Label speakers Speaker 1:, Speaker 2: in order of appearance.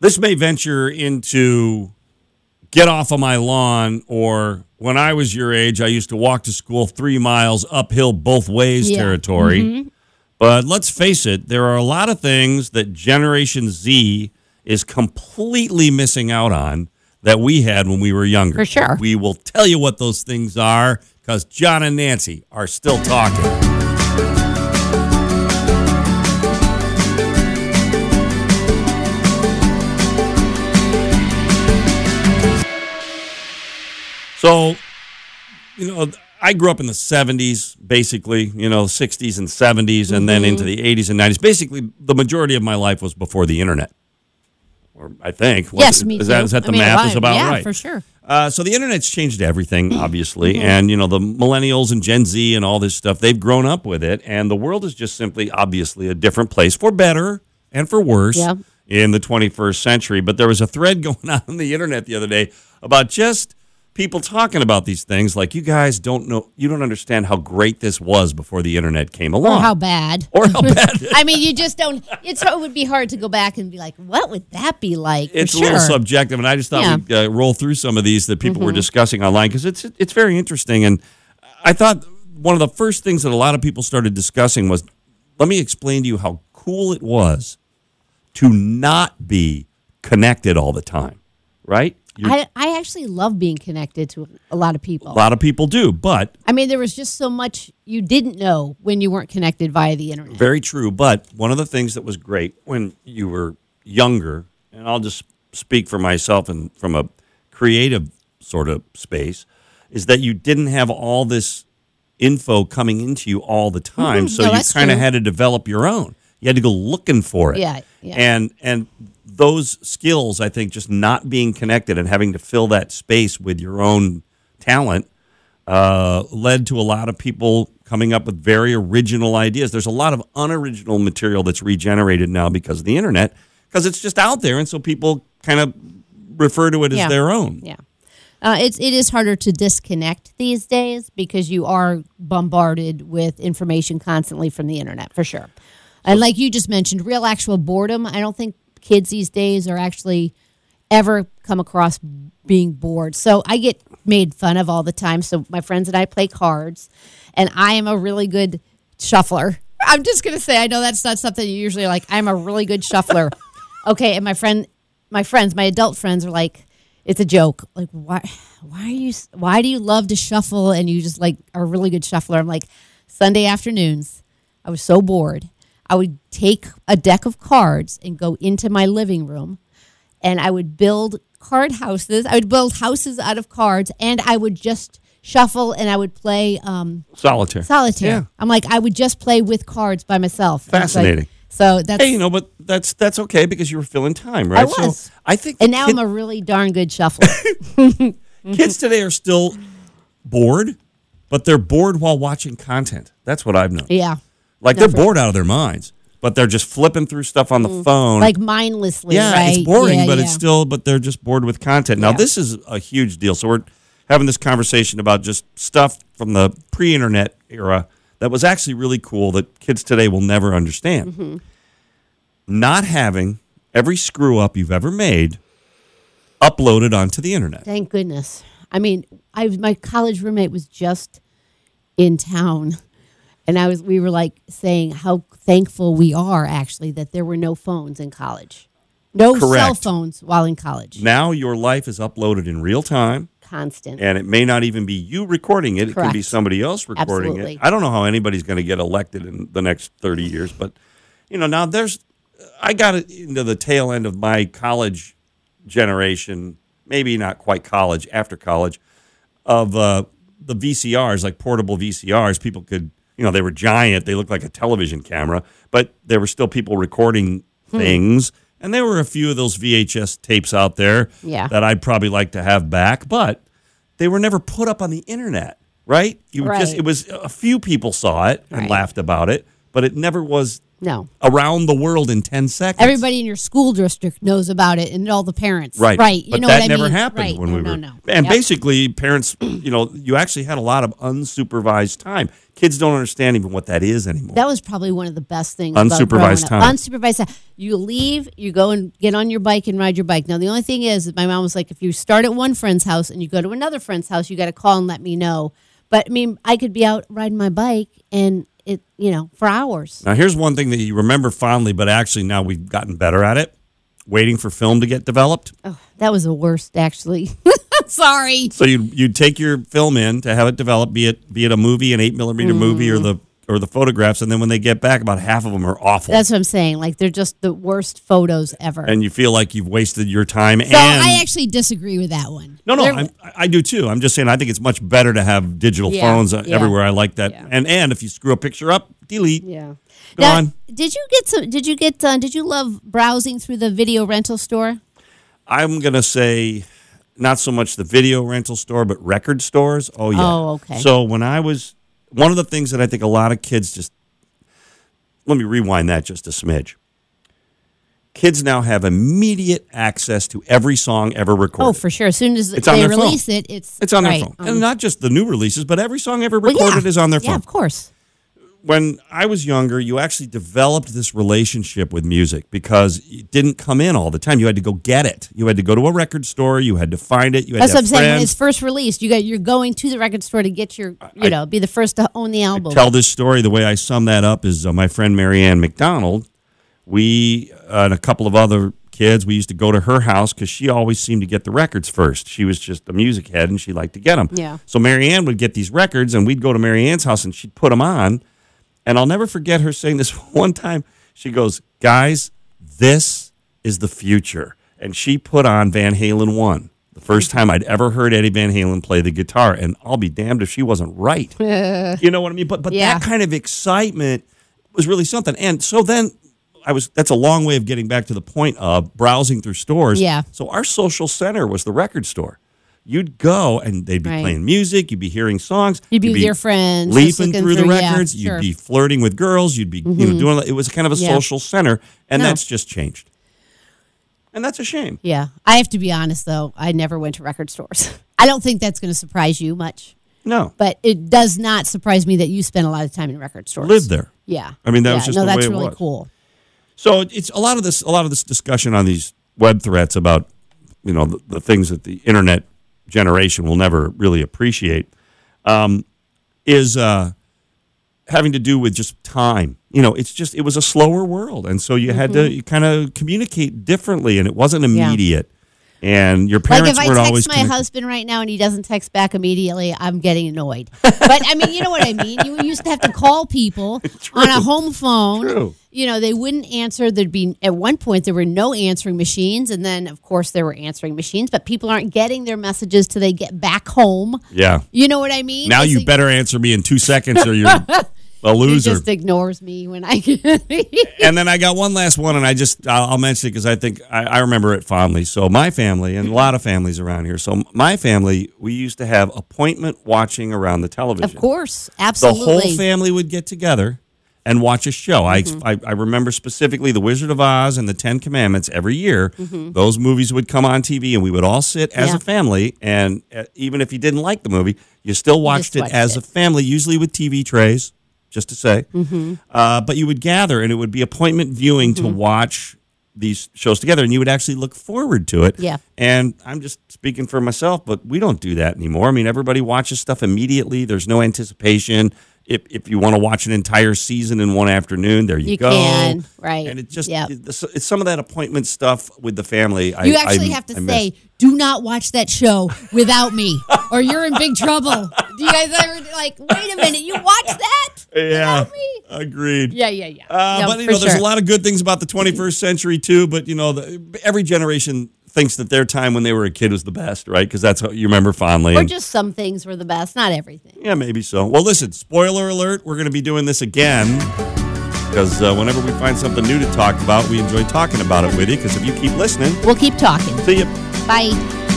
Speaker 1: this may venture into get off of my lawn or when I was your age, I used to walk to school three miles uphill both ways
Speaker 2: Yeah.
Speaker 1: territory. But let's face it, there are a lot of things that Generation Z is completely missing out on that we had when we were younger.
Speaker 2: For sure.
Speaker 1: We will tell you what those things are because John and Nancy are still talking. So, you know, I grew up in the 70s, basically, you know, 60s and 70s, and then
Speaker 2: Mm-hmm.
Speaker 1: into the 80s and 90s. Basically, the majority of my life was before the internet. Or I think.
Speaker 2: yes,
Speaker 1: Was-
Speaker 2: me
Speaker 1: is that,
Speaker 2: too.
Speaker 1: is that the
Speaker 2: I mean,
Speaker 1: math
Speaker 2: I-
Speaker 1: is about
Speaker 2: yeah,
Speaker 1: right?
Speaker 2: for sure.
Speaker 1: Uh, so the internet's changed everything,
Speaker 2: Mm-hmm.
Speaker 1: obviously, and you know the millennials and Gen Z and all this stuff—they've grown up with it, and the world is just simply, obviously, a different place for better and for worse
Speaker 2: Yeah.
Speaker 1: in the 21st century. But there was a thread going on on the internet the other day about just people talking about these things, like you guys don't know, you don't understand how great this was before the internet came along,
Speaker 2: Or how bad.
Speaker 1: or how bad
Speaker 2: I mean, you just don't. It's it would be hard to go back and be like, what would that be like? For
Speaker 1: it's
Speaker 2: sure.
Speaker 1: a little subjective, and I just thought
Speaker 2: Yeah. Mm-hmm.
Speaker 1: we'd uh, roll through some of these that people were discussing online because it's it's very interesting. And I thought one of the first things that a lot of people started discussing was, let me explain to you how cool it was to not be connected all the time, right? You're-
Speaker 2: I, I actually love being connected to a lot of people.
Speaker 1: a lot of people do, but
Speaker 2: I mean, there was just so much you didn't know when you weren't connected via the internet.
Speaker 1: Very true. But one of the things that was great when you were younger, and I'll just speak for myself and from a creative sort of space, is that you didn't have all this info coming into you all the time.
Speaker 2: Mhm.
Speaker 1: So
Speaker 2: No,
Speaker 1: you
Speaker 2: that's
Speaker 1: kind of
Speaker 2: true.
Speaker 1: had to develop your own. You had to go looking for it.
Speaker 2: Yeah, yeah.
Speaker 1: And and those skills, I think, just not being connected and having to fill that space with your own talent uh, led to a lot of people coming up with very original ideas. There's a lot of unoriginal material that's regenerated now because of the internet, because it's just out there, and so people kind of refer to it as
Speaker 2: Yeah.
Speaker 1: their own.
Speaker 2: Yeah. Uh, it's it is harder to disconnect these days because you are bombarded with information constantly from the internet for sure. And like you just mentioned, real actual boredom. I don't think kids these days are actually ever come across being bored. So I get made fun of all the time. So my friends and I play cards, and I am a really good shuffler. I'm just gonna say I know that's not something you usually like. I'm a really good shuffler. okay, and my friend, my friends, my adult friends are like, it's a joke. Like why, why are you? Why do you love to shuffle? And you just like are a really good shuffler. I'm like Sunday afternoons. I was so bored. I would take a deck of cards and go into my living room and I would build card houses. I would build houses out of cards, and I would just shuffle and I would play um,
Speaker 1: Solitaire.
Speaker 2: solitaire.
Speaker 1: Yeah.
Speaker 2: I'm like, I would just play with cards by myself. And it's like-
Speaker 1: Fascinating.
Speaker 2: so that's
Speaker 1: Hey, you know, but that's that's okay because you were filling time, right?
Speaker 2: was.
Speaker 1: So I think
Speaker 2: and now
Speaker 1: kid-
Speaker 2: I'm a really darn good shuffler.
Speaker 1: kids today are still bored, but they're bored while watching content. That's what I've noticed.
Speaker 2: yeah,
Speaker 1: Like they're bored out of their minds, but they're just flipping through stuff on the
Speaker 2: Mm.
Speaker 1: phone.
Speaker 2: like mindlessly.
Speaker 1: yeah,
Speaker 2: right?
Speaker 1: it's boring,
Speaker 2: Yeah,
Speaker 1: but
Speaker 2: yeah.
Speaker 1: it's still but they're just bored with content. Now
Speaker 2: Yeah.
Speaker 1: this is a huge deal. So we're having this conversation about just stuff from the pre-internet era that was actually really cool that kids today will never understand.
Speaker 2: Mm-hmm.
Speaker 1: Not having every screw up you've ever made uploaded onto the internet.
Speaker 2: Thank goodness. I mean, I my college roommate was just in town, and I was we were like saying how thankful we are actually that there were no phones in college, no cell
Speaker 1: Correct.
Speaker 2: phones while in college.
Speaker 1: Now your life is uploaded in real time,
Speaker 2: Constant.
Speaker 1: and it may not even be you recording it. It could be
Speaker 2: Correct.
Speaker 1: somebody else recording
Speaker 2: Absolutely.
Speaker 1: it. I don't know how anybody's going to get elected in the next 30 years, but you know, now there's I got it into the tail end of my college generation, maybe not quite college, after college, of uh, the VCRs, like portable VCRs. People could, you know, they were giant. They looked like a television camera, but there were still people recording
Speaker 2: Hmm.
Speaker 1: things. And there were a few of those VHS tapes out there
Speaker 2: Yeah.
Speaker 1: that I'd probably like to have back, but they were never put up on the internet, right? You would just
Speaker 2: Right.
Speaker 1: it was a few people saw it and
Speaker 2: Right.
Speaker 1: laughed about it, but it never was
Speaker 2: No.
Speaker 1: around the world in 10 seconds.
Speaker 2: Everybody in your school district knows about it, and all the parents.
Speaker 1: Right.
Speaker 2: Right. You
Speaker 1: but
Speaker 2: know
Speaker 1: that
Speaker 2: what I
Speaker 1: never
Speaker 2: mean?
Speaker 1: happened
Speaker 2: right.
Speaker 1: when
Speaker 2: no,
Speaker 1: we
Speaker 2: no,
Speaker 1: were.
Speaker 2: No.
Speaker 1: And
Speaker 2: Yep.
Speaker 1: basically, parents, you know, you actually had a lot of unsupervised time. Kids don't understand even what that is anymore.
Speaker 2: That was probably one of the best things. about growing
Speaker 1: Unsupervised
Speaker 2: up.
Speaker 1: time.
Speaker 2: Unsupervised time. You leave, you go and get on your bike and ride your bike. Now the only thing is, my mom was like, if you start at one friend's house and you go to another friend's house, you got to call and let me know. But I mean, I could be out riding my bike and it, you know, for hours.
Speaker 1: now, here's one thing that you remember fondly, but actually now we've gotten better at it. Waiting for film to get developed.
Speaker 2: Oh, that was the worst, actually. Sorry.
Speaker 1: So you you take your film in to have it developed, be it be it a movie, an eight millimeter
Speaker 2: Mm-hmm.
Speaker 1: movie, or the or the photographs, and then when they get back, about half of them are awful,
Speaker 2: That's what I'm saying. Like they're just the worst photos ever.
Speaker 1: and you feel like you've wasted your time. and
Speaker 2: so I actually disagree with that one.
Speaker 1: No, no,
Speaker 2: There-
Speaker 1: I'm, I I do too. I'm just saying I think it's much better to have digital
Speaker 2: Yeah,
Speaker 1: phones uh,
Speaker 2: yeah,
Speaker 1: everywhere. I like that.
Speaker 2: yeah.
Speaker 1: And and if you screw a picture up, delete.
Speaker 2: Yeah.
Speaker 1: Go on.
Speaker 2: Did you get some? Did you get? Uh, did you love browsing through the video rental store?
Speaker 1: I'm gonna say not so much the video rental store, but record stores. Oh yeah.
Speaker 2: Oh, okay.
Speaker 1: So when I was one of the things that I think a lot of kids just let me rewind that just a smidge. Kids now have immediate access to every song ever recorded.
Speaker 2: Oh, for sure. As soon as
Speaker 1: It's on
Speaker 2: they
Speaker 1: their phone.
Speaker 2: release it, it's
Speaker 1: it's on
Speaker 2: right, Um,
Speaker 1: their phone, and not just the new releases, but every song ever recorded is on their phone.
Speaker 2: Yeah, of course.
Speaker 1: when I was younger, you actually developed this relationship with music because it didn't come in all the time. You had to go get it. You had to go to a record store. You had to find it. You had
Speaker 2: That's
Speaker 1: to have
Speaker 2: what I'm saying. When
Speaker 1: friends.
Speaker 2: it's first released, you got you're going to the record store to get your, you know, be the first to own the album.
Speaker 1: Tell this story. The way I sum that up is uh, my friend Marianne McDonald. We uh, and a couple of other kids. We used to go to her house because she always seemed to get the records first. She was just a music head and she liked to get them.
Speaker 2: Yeah.
Speaker 1: So Marianne would get these records, and we'd go to Marianne's house and she'd put them on. And I'll never forget her saying this one time. She goes, Guys, this is the future. And she put on Van Halen 1, the first time I'd ever heard Eddie Van Halen play the guitar. And I'll be damned if she wasn't right. you know what I mean? But, but
Speaker 2: Yeah.
Speaker 1: that kind of excitement was really something. And so then I was, that's a long way of getting back to the point of browsing through stores.
Speaker 2: Yeah.
Speaker 1: So our social center was the record store. You'd go and they'd be
Speaker 2: Right.
Speaker 1: playing music, you'd be hearing songs,
Speaker 2: You'd be with your friends, just
Speaker 1: leaping
Speaker 2: looking
Speaker 1: through, the
Speaker 2: through, yeah,
Speaker 1: records.
Speaker 2: sure. Mm-hmm.
Speaker 1: You'd be flirting with girls. You'd be you know doing. It was kind of a
Speaker 2: Yeah.
Speaker 1: social center, and
Speaker 2: No.
Speaker 1: that's just changed. And that's a shame.
Speaker 2: Yeah, I have to be honest though. I never went to record stores. I don't think that's going to surprise you much,
Speaker 1: No,
Speaker 2: but it does not surprise me that you spent a lot of time in record stores.
Speaker 1: live there.
Speaker 2: Yeah.
Speaker 1: I mean, that
Speaker 2: Yeah,
Speaker 1: was just
Speaker 2: no,
Speaker 1: the
Speaker 2: that's
Speaker 1: way it
Speaker 2: really
Speaker 1: was.
Speaker 2: cool.
Speaker 1: So it's a lot of this. A lot of this discussion on these web threats about you know the, the things that the internet generation will never really appreciate um, is uh, having to do with just time. You know, it's just it was a slower world, and so you had to kind of communicate differently, and it wasn't
Speaker 2: Mm-hmm. Yeah.
Speaker 1: immediate. And your
Speaker 2: Like
Speaker 1: parents
Speaker 2: if I
Speaker 1: weren't always
Speaker 2: text my
Speaker 1: connected.
Speaker 2: husband right now and he doesn't text back immediately, I'm getting annoyed. but I mean, you know what I mean. You used to have to call people on a home phone.
Speaker 1: True.
Speaker 2: You know, they wouldn't answer. There'd be at one point there were no answering machines, and then of course there were answering machines, but people aren't getting their messages till they get back home.
Speaker 1: Yeah.
Speaker 2: You know what I mean?
Speaker 1: Now
Speaker 2: It's
Speaker 1: you
Speaker 2: like,
Speaker 1: better answer me in two seconds or you're a
Speaker 2: He
Speaker 1: loser.
Speaker 2: just ignores me when I.
Speaker 1: and then I got one last one, and I just I'll, I'll mention it because I think I, I remember it fondly. So my family and a lot of families around here. So my family, we used to have appointment watching around the television.
Speaker 2: of course,
Speaker 1: the
Speaker 2: absolutely. Mm-hmm.
Speaker 1: whole family would get together and watch a show. I, I I remember specifically The Wizard of Oz and The Ten Commandments every year. Those movies would come on TV, and we would all sit as
Speaker 2: Mm-hmm. Yeah.
Speaker 1: a family. And uh, even if you didn't like the movie, you still watched
Speaker 2: watched
Speaker 1: it as
Speaker 2: it.
Speaker 1: a family, usually with TV trays, just to say. Mm-hmm. Uh, but you would gather, and it would be appointment viewing to
Speaker 2: Mm-hmm.
Speaker 1: watch these shows together, and you would actually look forward to it.
Speaker 2: Yeah.
Speaker 1: And I'm just speaking for myself, but we don't do that anymore. I mean, everybody watches stuff immediately. There's no anticipation. If if you want to watch an entire season in one afternoon, there you,
Speaker 2: You
Speaker 1: go.
Speaker 2: can, right.
Speaker 1: And it just
Speaker 2: Yep.
Speaker 1: it's, it's some of that appointment stuff with the family. I,
Speaker 2: You actually
Speaker 1: I-
Speaker 2: have to
Speaker 1: I miss.
Speaker 2: say, "Do not watch that show without me, or you're in big trouble." Do you guys ever like, "Wait a minute, you watch that?"
Speaker 1: yeah,
Speaker 2: me.
Speaker 1: agreed.
Speaker 2: Yeah, yeah, yeah.
Speaker 1: Uh,
Speaker 2: No,
Speaker 1: but you
Speaker 2: for
Speaker 1: know, there's
Speaker 2: sure.
Speaker 1: a lot of good things about the 21st century too. But you know, the, every generation thinks that their time when they were a kid was the best, right? Because that's what you remember fondly.
Speaker 2: Or
Speaker 1: And-
Speaker 2: just some things were the best, not everything.
Speaker 1: Yeah, maybe so. Well, listen, spoiler alert, we're going to be doing this again because uh, whenever we find something new to talk about, we enjoy talking about it with you because if you keep listening,
Speaker 2: We'll keep talking.
Speaker 1: see you.
Speaker 2: Bye.